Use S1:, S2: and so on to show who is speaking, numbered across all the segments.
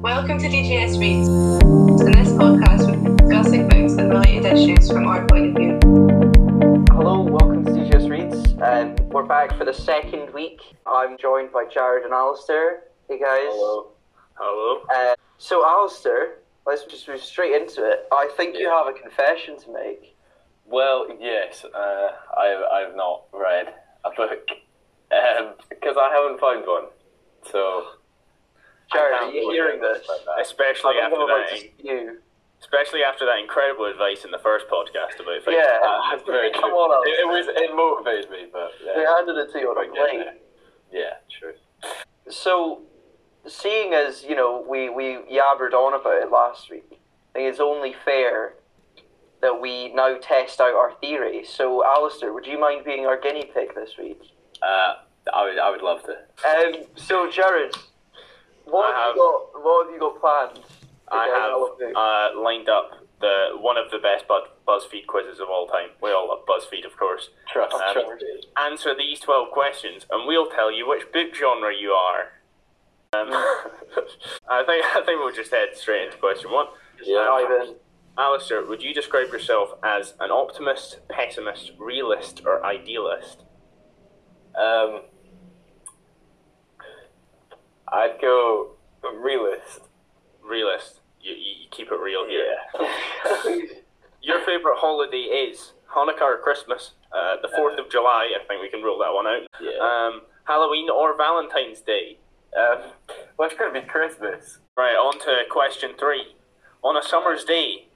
S1: Welcome to DJS Reads. In this podcast, we'll be discussing books and related issues from our point of view.
S2: Hello, welcome to DJS Reads. Um, we're back for the second week. I'm joined by Jared and Alistair. Hey guys.
S3: Hello. Hello.
S2: Uh, so, Alistair, let's just move straight into it. I think you have a confession to make.
S3: Well, yes, uh, I've, I've not read a book because I haven't found one. So,
S2: Jared,
S3: I
S2: are
S3: can't
S2: you
S3: believe
S2: hearing
S3: I
S2: this?
S3: said that.
S4: Especially
S2: I don't
S4: after
S2: know
S4: that,
S2: about
S3: eh?
S2: just you.
S4: especially after that incredible advice in the first podcast about things.
S2: Yeah.
S3: Uh, that's very
S2: Come
S3: true.
S2: on, Alex.
S3: it, it was it motivated me, but
S2: We
S3: yeah,
S2: handed it to you on a
S3: Right, yeah,
S2: plate.
S3: yeah true.
S2: So, seeing as you know we we yabbered on about it last week, I think it's only fair that we now test out our theory. So, Alistair, would you mind being our guinea pig this week?
S3: Uh, I would I would love to.
S2: Um, so, Jared, what
S4: I
S2: have,
S4: have-
S2: you got? What have you got planned?
S4: I have uh, lined up the one of the best Bud, BuzzFeed quizzes of all time. We all love BuzzFeed, of course.
S3: Trust,
S4: Um,
S3: trust.
S4: Answer these twelve questions, and we'll tell you which book genre you are. Um, I think I think we'll just head straight into question one. Um,
S3: Yeah.
S2: Ivan.
S4: Alistair, would you describe yourself as an optimist, pessimist, realist, or idealist?
S3: Um, I'd go realist.
S4: Realist. You, you, you keep it real here.
S3: Yeah.
S4: Your favourite holiday is Hanukkah or Christmas? Uh, the 4th of July, I think we can rule that one out.
S3: yeah.
S4: Um, Halloween or Valentine's Day?
S3: Um, well, it's gonna be Christmas.
S4: Right, on to question three. On a summer's day,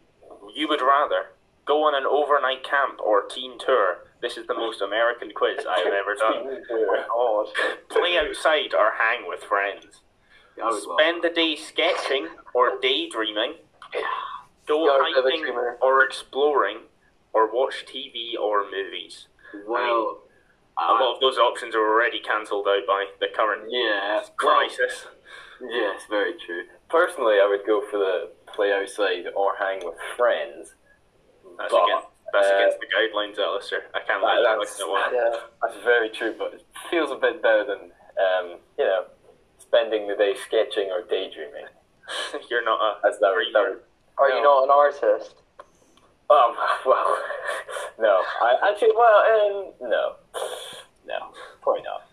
S4: you would rather go on an overnight camp or teen tour? This is the most American quiz I have ever done.
S2: God.
S4: Play outside or hang with friends? Spend the day sketching or daydreaming? Go
S2: You're a bit of a
S4: hiking
S2: dreamer.
S4: or exploring? Or watch TV or movies?
S3: Well,
S2: Uh,
S4: A lot of those options are already cancelled out by the current
S3: yeah.
S4: crisis.
S3: Yes, very true. Personally, I would go for the play outside or hang with friends.
S4: That's,
S3: but,
S4: against, that's
S3: uh,
S4: against the guidelines, Alistair. I can't let that
S3: that's-
S4: look at one.
S2: Yeah.
S3: That's very true, but it feels a bit better than, um, you know, spending the day sketching or daydreaming.
S4: You're not a.
S3: That's that, that would-
S2: Are
S3: No.
S2: you not an artist?
S3: Um, well, no. I actually, well, um, no. No, probably not.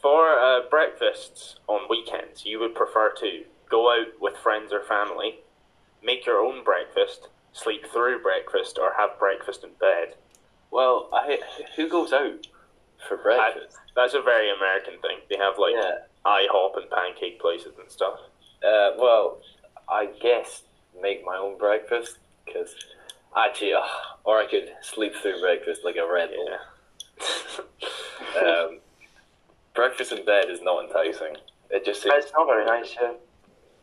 S4: For uh, breakfasts on weekends, you would prefer to go out with friends or family, make your own breakfast, sleep through breakfast, or have breakfast in bed.
S3: Well, I, who goes out for breakfast?
S4: That's a very American thing. They have like
S3: yeah.
S4: IHOP and pancake places and stuff.
S3: Uh, well, I guess make my own breakfast because actually, uh, or I could sleep through breakfast like a Red Bull. Um, breakfast in bed is not enticing. It just seems
S2: It's not very nice. Yeah.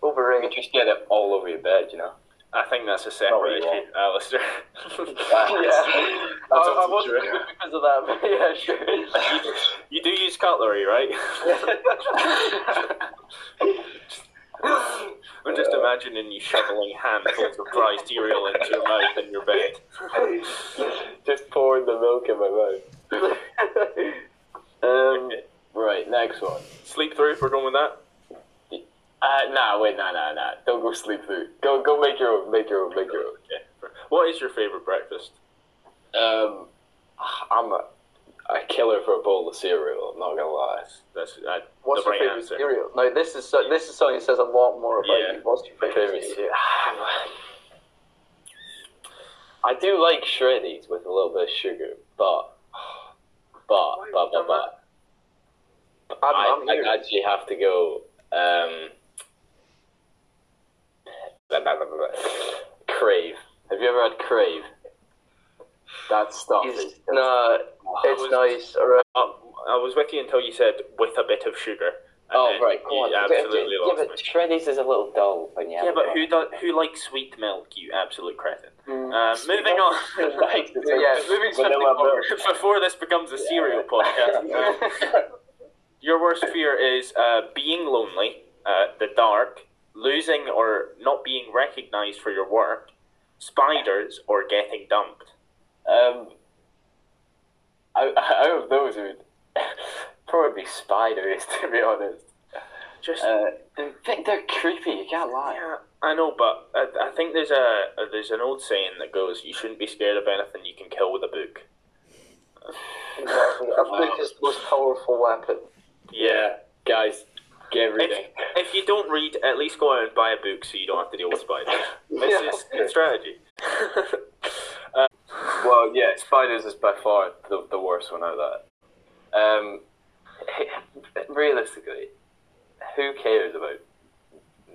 S2: Overrated.
S3: you just get it all over your bed, you know.
S4: I think that's a
S3: Probably
S4: separate
S3: wrong.
S4: issue, Alistair.
S2: yeah. I, I wasn't good because of that. But yeah, sure.
S4: you do use cutlery, right? I'm just imagining you shoveling handfuls of dry cereal into your mouth in your bed.
S3: Just pouring the milk in my mouth.
S2: um,
S3: Right, next one.
S4: Sleep through if we're going with that.
S3: Uh, nah, wait, nah, nah, nah. Don't go sleep through. Go, go make your own, make your own, make your own.
S4: Okay. What is your favourite breakfast?
S3: Um, I'm a, a killer for a bowl of cereal. I'm not gonna lie.
S4: That's uh,
S2: What's
S4: the
S2: your
S4: right
S2: favorite
S4: answer.
S2: cereal? No, this is so, this is something that says a lot more about
S4: Yeah.
S2: you. What's your favorite?
S3: Favorite
S2: cereal?
S3: cereal. I do like Shreddies with a little bit of sugar, but but but but, but I,
S2: I'm, I'm here.
S3: I actually have to go. Um, blah, blah, blah, blah, blah. Crave. Have you ever had Crave? That stuff is
S2: It's, nah, it's
S4: was-
S2: nice. Alright.
S4: Uh, I was with you until you said with a bit of sugar. and
S3: Oh
S4: then
S3: right, come
S4: you
S3: on.
S4: absolutely
S3: yeah, but
S4: lost me.
S3: Shreddies is a little dull when you
S4: Yeah, but who does, who likes sweet milk? You absolute cretin.
S2: Mm.
S4: Uh, moving on.
S2: Yeah,
S3: Vanilla
S4: moving swiftly
S3: milk.
S4: forward before this becomes a cereal podcast. uh, your worst fear is uh, being lonely, uh, the dark, losing or not being recognized for your work, spiders, or getting dumped.
S3: Um, I, I- out of those, it would probably be spiders, to be honest.
S4: Just
S5: Uh, they think they're creepy. You can't lie.
S4: yeah, I know, but I, I think there's a there's an old saying that goes, "You shouldn't be scared of anything you can kill with a book."
S2: Exactly. A book is the most powerful weapon.
S3: Yeah, guys, get reading.
S4: If you don't read, at least go out and buy a book so you don't have to deal with spiders. This is good strategy.
S3: Uh, Well, yeah, spiders is by far the, the worst one out of that. Um, realistically, who cares about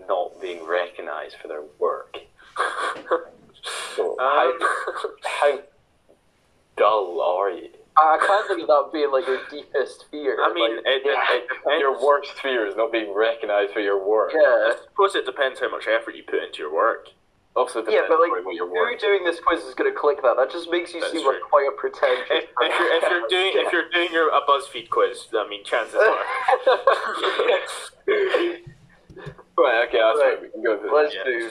S3: not being recognised for their work? so how, how dull are you?
S2: I I can't think of that being like your deepest fear.
S4: I mean,
S2: like,
S4: it, it, it depends.
S3: Your worst fear is not being recognised for your work.
S2: yeah.
S4: I suppose it depends how much effort you put into your work.
S3: Also depends
S2: Yeah, but like,
S3: on what your
S2: who
S3: work.
S2: doing this quiz is going to click that? That just makes you
S4: That's
S2: seem
S4: true.
S2: like quite a pretentious.
S4: If, if you're if you're doing if you're doing your a BuzzFeed quiz, I mean, chances are.
S3: Right, okay, that's
S2: Right.
S3: right. We can go through.
S2: Let's
S4: Yeah.
S2: do.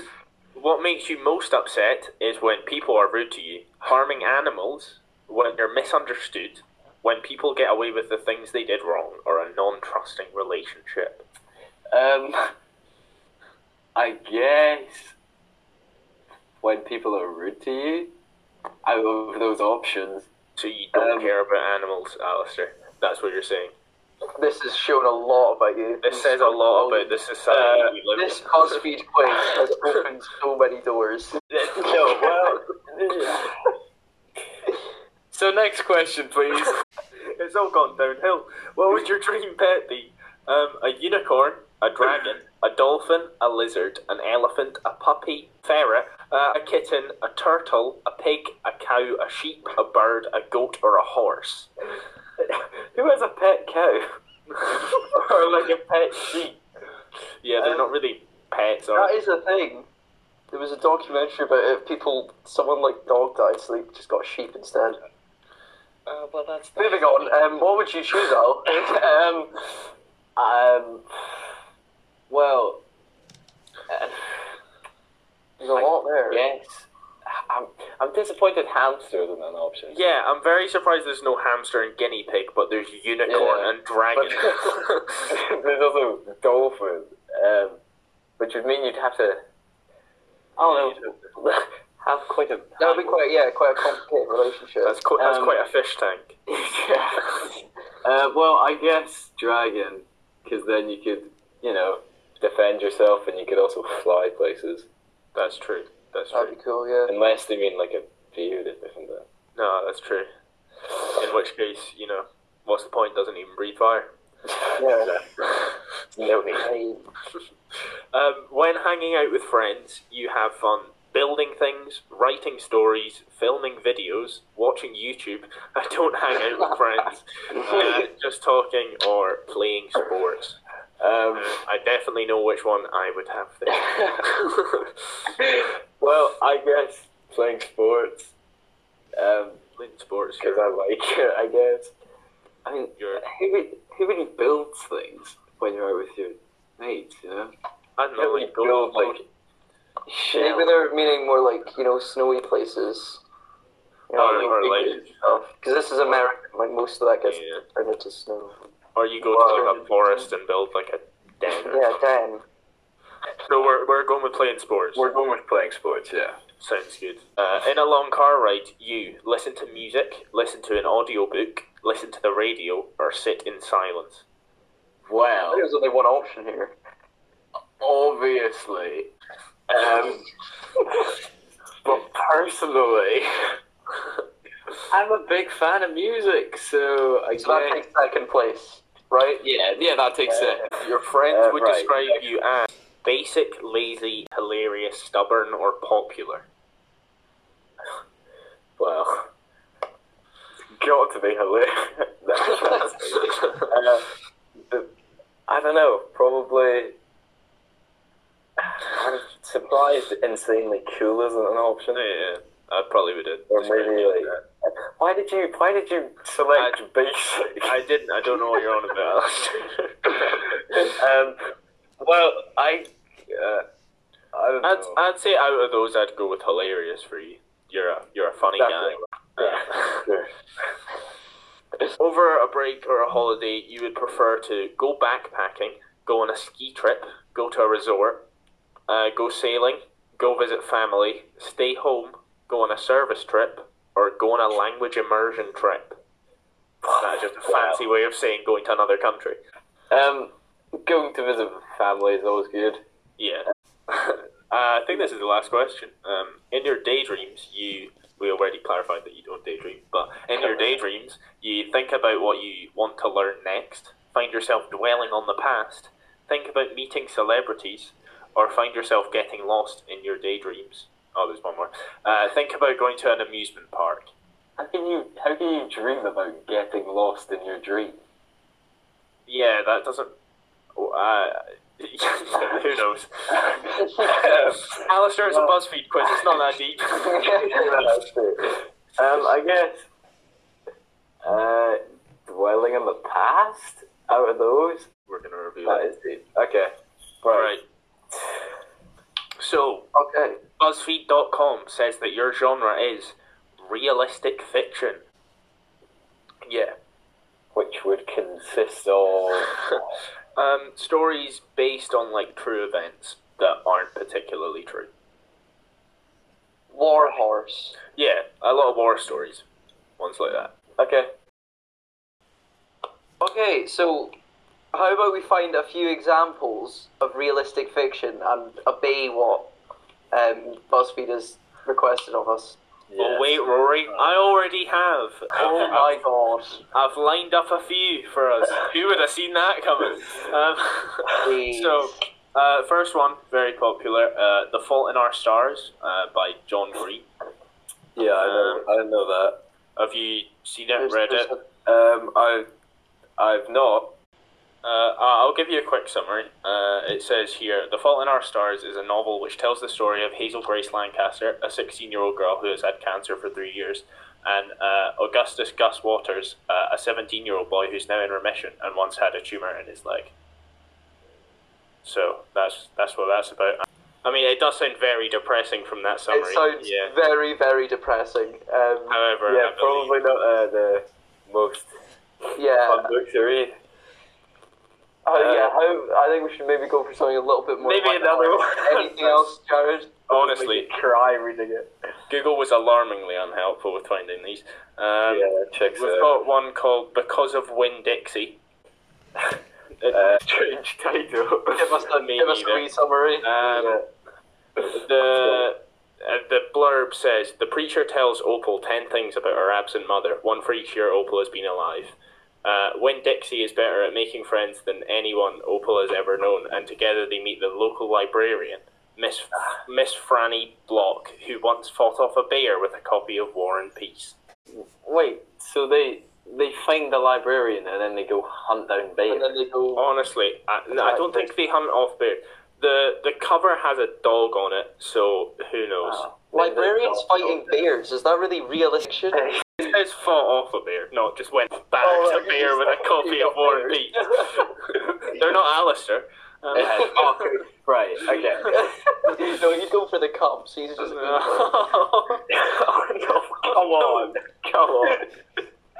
S4: What makes you most upset is when people are rude to you, harming animals, when they're misunderstood, when people get away with the things they did wrong, or a non trusting relationship.
S3: Um, I guess when people are rude to you, out of those options,
S4: So you don't
S3: Um,
S4: care about animals, Alistair. That's what you're saying.
S2: This has shown a lot about you.
S4: This says a lot about the society
S3: Uh,
S4: we live
S2: This
S4: in.
S2: BuzzFeed quiz has opened so many doors.
S3: no. Well, so next question, please.
S4: It's all gone downhill. What would your dream pet be? Um, a unicorn, a dragon, a dolphin, a lizard, an elephant, a puppy, ferret, uh, a kitten, a turtle, a pig, a cow, a sheep, a bird, a goat, or a horse.
S3: Who has a pet cow?
S4: or like a pet sheep. Yeah,
S3: Um,
S4: they're not really pets, are
S2: That
S4: they?
S2: is a thing. There was a documentary about it. People, someone like dog died, so they just got a sheep instead.
S3: Uh, well, that's
S2: Moving on. Um, what would you choose, Al?
S3: um, um, well,
S2: There's a lot there.
S3: yes. I'm, I'm disappointed hamster isn't an option.
S4: Yeah, I'm very surprised there's no hamster and guinea pig, but there's unicorn
S3: Yeah.
S4: and dragon.
S3: There's also dolphins, um, which would mean you'd have to. I don't know. Have quite Oh, a.
S2: That would be quite, yeah, quite a complicated relationship.
S4: that's, qu- that's
S3: Um,
S4: quite a fish tank.
S3: uh, well, I guess dragon, because then you could, you know, defend yourself, and you could also fly places.
S4: That's true. That's
S3: uh,
S4: true.
S2: That'd be cool, yeah.
S3: Unless they mean like a beard or something.
S4: No, that's true. In which case, you know, what's the point? Doesn't even breathe fire.
S2: Yeah.
S3: No need.
S4: Um, when hanging out with friends, you have fun building things, writing stories, filming videos, watching YouTube. I don't hang out with friends. Uh, just talking or playing sports.
S3: Um,
S4: I definitely know which one I would have there.
S3: well, I guess playing sports, um,
S4: playing sports.
S3: because
S4: you're-
S3: I like it. I guess. I mean,
S4: you're-
S3: who re- who really builds things when you're out with your mates? You know,
S4: I don't know,
S3: Nobody
S4: like, go-
S3: builds, like,
S2: Maybe
S3: shit.
S2: they're meaning more like, you know, snowy places. You know,
S4: Or- or
S2: big
S4: like-
S2: and stuff. Because this is American, like most of that gets
S4: Yeah.
S2: turned into snow.
S4: or you go to like a forest and build like a den. or
S2: Yeah, damn.
S4: No, we're, we're going with playing sports.
S3: We're going with playing sports, yeah.
S4: Sounds good. Uh, in a long car ride, you listen to music, listen to an audiobook, listen to the radio, or sit in silence.
S3: Well,
S2: There's only one option here.
S3: obviously. Um, but personally, I'm a big fan of music, so I
S2: So that
S3: guess.
S2: takes second place, right?
S3: Yeah, yeah, that takes it.
S4: Your friends
S3: Uh,
S4: would
S3: right,
S4: describe you as basic, lazy, hilarious, stubborn, or popular.
S3: Well, got to be hilarious. Uh, I don't know. Probably. I'm surprised insanely cool isn't an option.
S4: yeah, I probably would have.
S3: Or
S4: described
S3: maybe
S4: you as
S3: like, why did you why did you select
S4: I-
S3: basic?
S4: that. I didn't. I don't know what you're on about.
S3: um, well, I uh, I don't
S4: I'd,
S3: know.
S4: I'd say out of those, I'd go with hilarious for you. You're a you're a funny guy. Uh,
S3: Definitely.
S4: Yeah.
S3: Sure.
S4: Over a break or a holiday, you would prefer to go backpacking, go on a ski trip, go to a resort, uh, go sailing, go visit family, stay home, go on a service trip, or go on a language immersion trip. That's just a fancy way of saying going to another country.
S3: Um, going to visit family is always good.
S4: Yeah. uh, I think this is the last question. Um, in your daydreams, you we already clarified that you don't daydream, but in your daydreams, you think about what you want to learn next, find yourself dwelling on the past, think about meeting celebrities, or find yourself getting lost in your daydreams. Oh, there's one more. Uh, think about going to an amusement park.
S3: How can you how can you dream about getting lost in your dream?
S4: Yeah, that doesn't. Uh, who knows? um, Alistair, it's a BuzzFeed quiz. It's not that deep.
S3: Um, I guess uh, dwelling on the past out of those.
S4: We're gonna review
S3: That
S4: it.
S3: is deep. Okay.
S4: All right. So
S3: Okay.
S4: BuzzFeed.com says that your genre is realistic fiction. Yeah.
S3: Which would consist of
S4: Um, stories based on like true events that aren't particularly true.
S2: War horse.
S4: Yeah, a lot of war stories, ones like that.
S3: okay.
S2: Okay, so how about we find a few examples of realistic fiction and obey what um, BuzzFeed has requested of us?
S4: Oh
S3: Yes.
S4: wait, Rory, I already have.
S2: Oh
S4: I've-
S2: my god.
S4: I've lined up a few for us. Who would have seen that coming? Um,
S2: Jeez.
S4: so, uh, first one, very popular, uh, "The Fault in Our Stars" uh, by John Green.
S3: Yeah, I know.
S4: Uh,
S3: I know that.
S4: Have you seen it,
S2: There's-
S4: read
S2: there's
S4: it?
S2: a-
S3: Um, I, I've not.
S4: Uh, I'll give you a quick summary. Uh, it says here The Fault in Our Stars is a novel which tells the story of Hazel Grace Lancaster, a 16 year old girl who has had cancer for three years, and uh, Augustus Gus Waters, uh, a 17 year old boy who's now in remission and once had a tumour in his leg. So that's that's what that's about. I mean, it does sound very depressing from that summary.
S2: It sounds
S4: yeah. Uh,
S2: very, very depressing. Um,
S4: However,
S3: Yeah,
S4: I believe-
S3: probably not uh, the most
S2: yeah.
S3: fun
S4: uh,
S3: book to read.
S2: Oh,
S3: Uh,
S2: yeah, how, I think we should maybe go for something a little bit more.
S3: Maybe
S2: lighthearted.
S3: another one.
S2: Anything else, Jared?
S4: honestly,
S3: Make you cry reading it.
S4: Google was alarmingly unhelpful with finding these. Um,
S3: yeah, checks
S4: We've
S3: out.
S4: got one called Because of Win Dixie.
S3: Uh, strange title.
S2: Give us a,
S4: Me
S2: give us a
S4: neither.
S2: wee summary.
S4: Um, the uh, the blurb says the preacher tells Opal ten things about her absent mother. One for each year Opal has been alive. Uh, Win Dixie is better at making friends than anyone Opal has ever known, and together they meet the local librarian, Miss Miss Franny Block, who once fought off a bear with a copy of War and Peace.
S3: Wait, so they they find the librarian and then they go hunt down
S2: and
S3: Bane.
S2: then they go.
S4: Honestly, I, no, I don't think they hunt off bear. The the cover has a dog on it, so who knows?
S3: Ah.
S2: Librarians fighting bears, is that really realistic? shit?
S4: It says fought off a bear, not just went back
S2: Oh,
S4: to
S2: okay,
S4: bear with a
S2: so
S4: copy
S2: you
S4: of
S2: got
S4: War and
S2: bears.
S4: Peace. They're not Alistair. Um,
S3: right. Okay.
S2: no, you go for the cops. He's just.
S4: oh, no.
S3: Come on. Come on.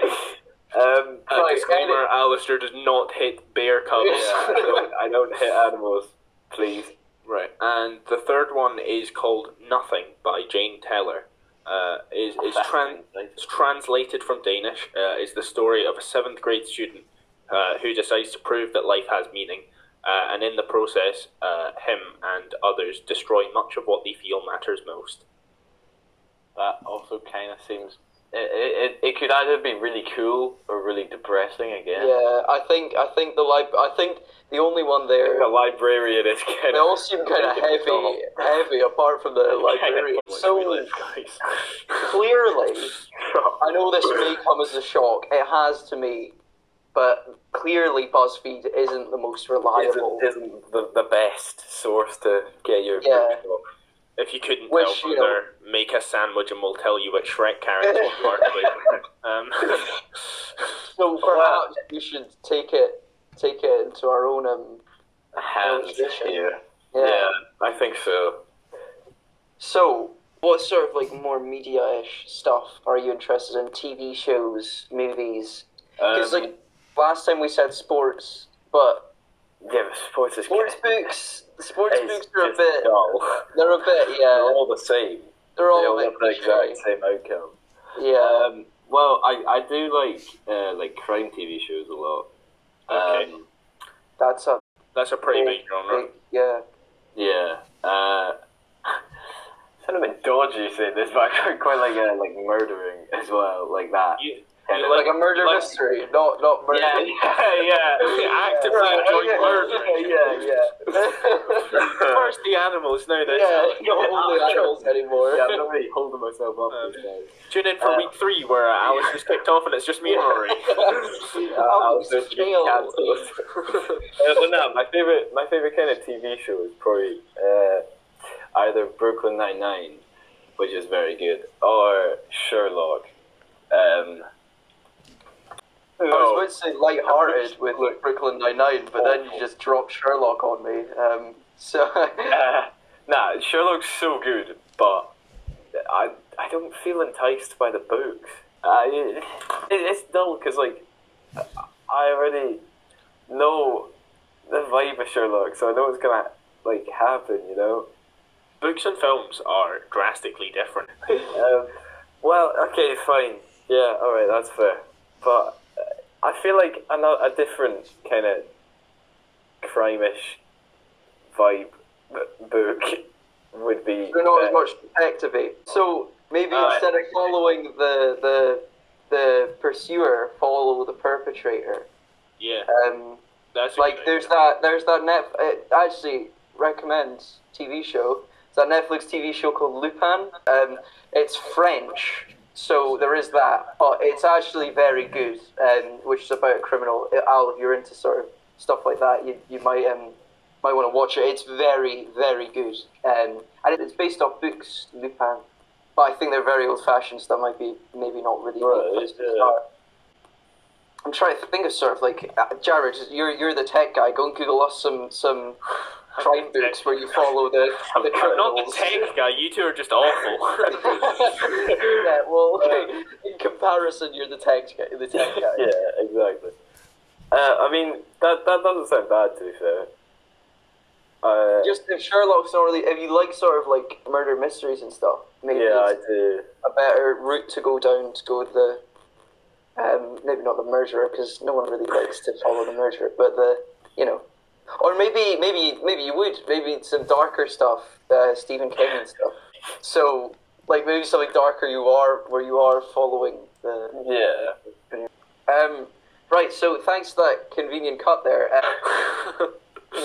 S3: Um,
S4: Uh,
S2: Right,
S4: disclaimer: Alistair does not hit bear cubs.
S3: yeah, I, don't, I don't hit animals, please.
S4: Right, and the third one is called "Nothing" by Jane Teller. Uh, is is tran- it's translated from Danish. Uh, is the story of a seventh grade student uh, who decides to prove that life has meaning, uh, and in the process, uh, him and others destroy much of what they feel matters most.
S3: That also kind of seems. It, it, it could either be really cool or really depressing again.
S2: Yeah, I think I think the lib- I think the only one there.
S3: The librarian is kind
S2: They all seem kind of heavy, heavy apart from the librarian. So clearly, I know this may come as a shock. It has to me, but clearly BuzzFeed isn't the most reliable.
S3: isn't, isn't the, the best source to get your
S2: Yeah.
S3: books from.
S4: If you couldn't
S2: Which,
S4: tell,
S2: you know-
S4: brother, make a sandwich and we'll tell you what Shrek character you are. please. um,
S2: So perhaps we should take it, take it into our own. Um,
S3: Hands
S2: tradition.
S3: here.
S2: yeah.
S3: yeah, I think so.
S2: So, what sort of like more media-ish stuff are you interested in? TV shows, movies? Because
S3: Um,
S2: like last time we said sports, but
S3: Yeah, but sports is
S2: Sports books, sports
S3: is
S2: books are a
S3: just
S2: bit.
S3: dull.
S2: They're a bit.
S3: They're
S2: Yeah,
S3: all the same.
S2: they're
S3: They
S2: all
S3: all
S2: a
S3: have
S2: bit
S3: the
S2: cliche.
S3: exact same outcome.
S2: Yeah,
S5: Um, well, I, I do like uh, like crime TV shows a lot.
S4: Okay.
S5: Um,
S2: that's a
S4: That's a pretty big genre.
S2: big. Yeah,
S5: yeah. Uh,
S3: Sound a bit dodgy saying this, but I quite like uh, like murdering as well, like that.
S4: You,
S3: Yeah,
S4: you
S2: like,
S4: like,
S2: a murder
S4: like-
S2: mystery, not not murder.
S5: Yeah.
S4: yeah, yeah, actively
S2: Right,
S4: enjoying
S2: yeah,
S4: murder.
S2: Yeah, yeah.
S4: Where's the animals now? This
S2: yeah, not only animals anymore.
S3: yeah, I'm not really holding myself up
S4: Um,
S3: these days.
S4: tune in for week three where uh, Alice is kicked off and it's just me and Rory. oh,
S3: Uh, I
S2: Alex
S3: was just
S2: Gale.
S3: cancelled. Uh, but no, my favorite, my favorite kind of TV show is probably uh, either Brooklyn Nine Nine, which is very good, or Sherlock. Um,
S2: I was going to say light-hearted with Brooklyn Nine-Nine, but then you just dropped Sherlock on me. Um, so
S3: uh, nah, Sherlock's so good, but I I don't feel enticed by the books. Uh, it, it's dull because like I already know the vibe of Sherlock, so I know what's gonna like happen. You know.
S4: Books and films are drastically different.
S3: Um, well, okay, fine. Yeah, all right, that's fair. But uh, I feel like another, a different kind of crime-ish vibe b- book would be.
S2: they're not as
S3: uh,
S2: much detective So maybe
S3: Uh,
S2: instead of following the the the pursuer, follow the perpetrator.
S4: Yeah,
S2: Um,
S4: that's a
S2: like
S4: good
S2: there's
S4: idea.
S2: that there's that net. It actually recommends TV show. It's that Netflix TV show called Lupin. Um, it's French, so there is that, but it's actually very good. Um, which is about a criminal. Uh, Al, if you're into sort of stuff like that, you, you might um might want to watch it. It's very very good. Um, and it's based off books Lupin, but I think they're very old fashioned. So that might be maybe not really. a good
S3: Right,
S2: place to
S3: yeah.
S2: start. I'm trying to think of sort of like uh, Jared. You're you're the tech guy. Go and Google us some some crime books where you follow the the
S4: I'm not the
S2: criminals.
S4: tech guy. You two are just awful.
S2: yeah, well,
S4: Uh,
S2: in comparison, you're the tech guy. The tech guy.
S3: yeah, exactly. Uh, I mean, that that doesn't sound bad to be fair. Uh,
S2: Just if Sherlock's not really, if you like sort of like murder mysteries and stuff, maybe
S3: yeah, I
S2: it's
S3: do.
S2: a better route to go down to go with the, um, maybe not the murderer because no one really likes to follow the murderer, but the you know, or maybe maybe maybe you would maybe some darker stuff, uh, Stephen King and stuff. So like maybe something darker you are where you are following the
S3: Yeah.
S2: um, right, so thanks to that convenient cut there, uh,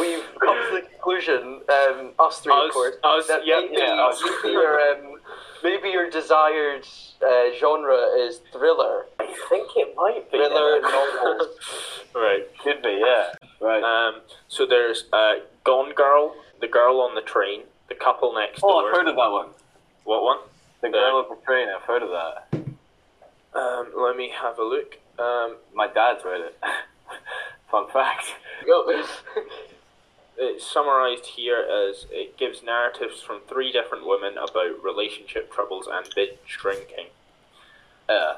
S2: we've come to the conclusion, um, us three, of
S4: Us-
S2: course,
S4: us,
S2: that
S4: yeah,
S2: maybe,
S4: yeah, us.
S2: maybe your, um, maybe your desired uh, genre is thriller,
S3: I think it might be.
S2: thriller
S3: yeah.
S2: novels.
S4: right.
S3: Could be, yeah. Right.
S4: Um, so there's uh, Gone Girl, The Girl on the Train, The Couple Next
S3: oh,
S4: Door.
S3: I've heard of that one.
S4: what one?
S3: The Girl with the Train, I've heard of that.
S4: Um, let me have a look. Um,
S3: My dad's read it. Fun fact.
S2: Go.
S4: it's summarized here as it gives narratives from three different women about relationship troubles and binge drinking.
S3: Yeah.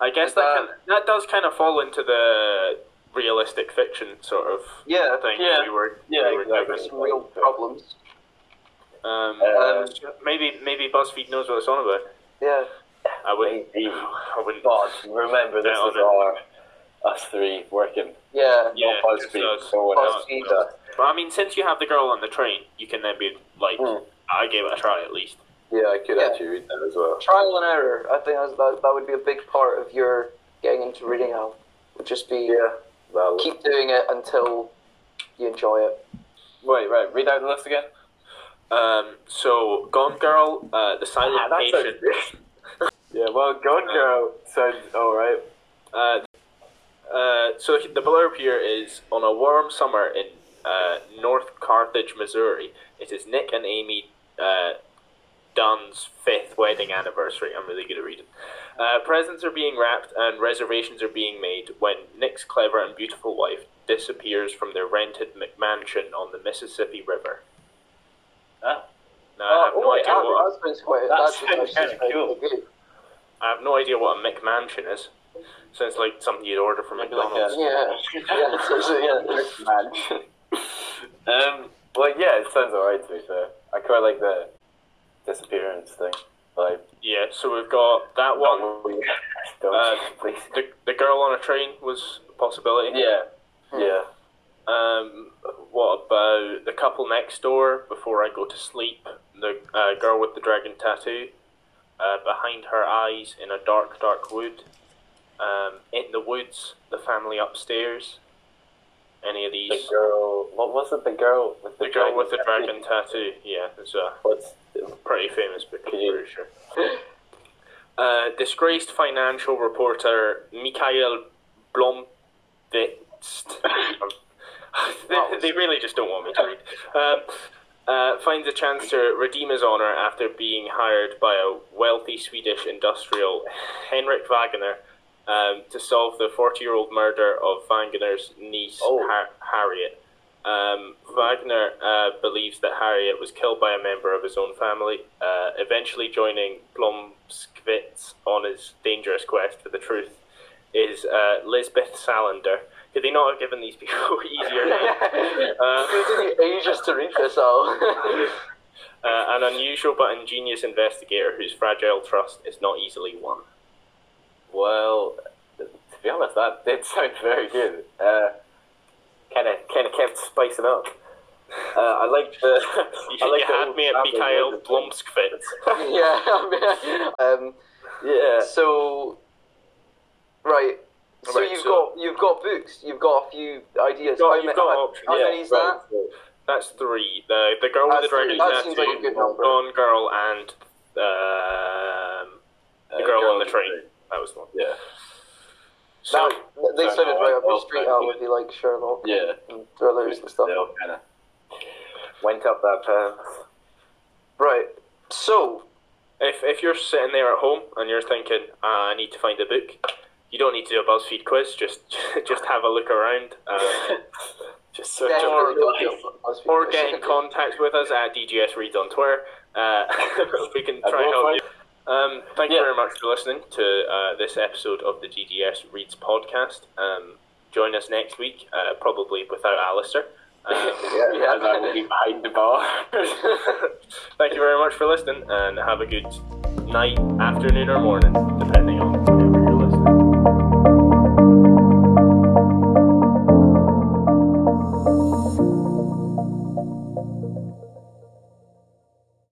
S4: I guess
S2: Is
S4: that
S2: that-
S4: can, that does kind of fall into the realistic fiction sort of
S2: yeah,
S4: thing
S3: Yeah.
S4: we were
S3: Yeah,
S4: we were
S3: exactly.
S4: doing.
S2: some real problems.
S4: Um,
S3: Uh,
S4: maybe maybe BuzzFeed knows what it's on about.
S2: Yeah,
S4: I wouldn't.
S3: Maybe.
S4: I wouldn't.
S3: But remember, this
S4: Yeah,
S3: is our us three working.
S2: yeah.
S4: Yeah,
S3: not
S4: just
S3: BuzzFeed.
S4: us.
S3: No one else.
S2: BuzzFeed.
S3: Just us.
S4: But I mean, since you have the girl on the train, you can then be like,
S3: Hmm.
S4: I gave it a try at least.
S3: Yeah, I could
S2: Yeah.
S3: actually read that as well.
S2: Trial and error. I think that's, that that would be a big part of your getting into reading. Al would just be
S3: Well,
S2: keep doing it until you enjoy it.
S3: wait, right. Read out the list again.
S4: Um, so Gone Girl, uh, The Silent
S3: Ah, that sounds
S4: Patient,
S3: Yeah, well, Gone Girl sounds alright.
S4: Uh, uh, so the blurb here is on a warm summer in uh, North Carthage, Missouri. It is Nick and Amy uh, Dunn's fifth wedding anniversary. I'm really good at reading. Uh, presents are being wrapped and reservations are being made when Nick's clever and beautiful wife disappears from their rented McMansion on the Mississippi River.
S3: Ah.
S4: Now, I have
S2: oh,
S4: no
S2: wait,
S4: idea
S2: that-
S4: what
S2: that's been quite.
S3: That
S2: That's,
S3: sounds
S2: actually
S3: kinda
S2: quite
S3: cool.
S2: good.
S4: I have no idea what a McMansion is. So it's like something you'd order from McDonald's.
S2: Yeah. Yeah.
S3: um, like yeah, it sounds alright to be fair. I quite like the disappearance thing. Like
S4: Yeah, so we've got that one.
S3: don't
S4: Uh,
S3: please.
S4: The, the girl on a train was a possibility.
S3: Yeah. Hmm. Yeah.
S4: Um, what about the couple next door before I go to sleep? The uh, girl with the dragon tattoo. Uh, behind her eyes in a dark, dark wood. Um, in the woods, the family upstairs. Any of
S3: The
S4: these?
S3: girl what was it, the girl with the,
S4: The girl
S3: dragon
S4: with the
S3: tattoo?
S4: dragon tattoo. Yeah, it's a
S3: What's
S4: pretty famous book, I'm
S3: Yeah.
S4: pretty sure. Uh, disgraced financial reporter Mikhail Blomvist. they, they really just don't want me to read. Um, uh, finds a chance to redeem his honor after being hired by a wealthy Swedish industrial, Henrik Wagner, um, to solve the 40 year old murder of Wagner's niece,
S3: Oh.
S4: Har- Harriet. Um, Wagner uh, believes that Harriet was killed by a member of his own family, uh, eventually joining Blomskvist on his dangerous quest for the truth. Is uh, Lisbeth Salander? Could they not have given these people easier names? Uh,
S2: ages to read this all.
S4: uh, an unusual but ingenious investigator whose fragile trust is not easily won.
S3: Well, to be honest, that did sound very good. Kind of, kind of kept spicing up. Uh, I like the.
S4: You,
S3: I like
S4: you
S3: the
S4: had
S3: old
S4: me at
S3: family
S4: Mikhail
S3: word.
S4: Blomskvist.
S2: yeah. I mean, um,
S3: Yeah.
S2: so, right. So
S4: Right,
S2: you've
S4: so-
S2: got you've got books. You've got a few ideas.
S4: got-
S2: how
S4: you've
S2: many,
S4: got
S2: how,
S4: options,
S2: how
S3: yeah,
S2: many is
S3: right,
S2: that?
S3: so-
S4: That's three. The the girl with the
S2: That's
S4: dragon
S2: three. That seems like a
S4: tattoo,
S2: good number.
S4: Gone Girl, and um, the
S3: Uh,
S4: girl, on the
S3: with
S4: train. That was the one.
S3: Yeah.
S4: So
S2: That, they
S3: Sorry,
S2: sounded
S3: no,
S2: right up
S3: well,
S2: your street.
S3: thank
S2: That
S3: you.
S2: would be like Sherlock
S3: Yeah.
S2: and thrillers and stuff.
S3: They all kind of went up that path.
S2: Right. So
S4: if if you're sitting there at home and you're thinking, "Ah, I need to find a book, you don't need to do a BuzzFeed quiz. Just just have a look around. Um,
S3: Just so
S2: definitely don't
S3: general.
S2: do a BuzzFeed
S4: or
S2: quiz.
S4: get in contact with us at DGS Reads on Twitter. Uh, we can
S3: I
S4: try and
S3: will
S4: help you. Um, thank you
S3: Yeah.
S4: very much for listening to uh, this episode of the DGS Reads podcast. Um, join us next week, uh, probably without Alistair. Um,
S2: Yeah, yeah.
S3: And I will be behind the bar.
S4: thank you very much for listening, and have a good night, afternoon, or morning, depending on. whenever you're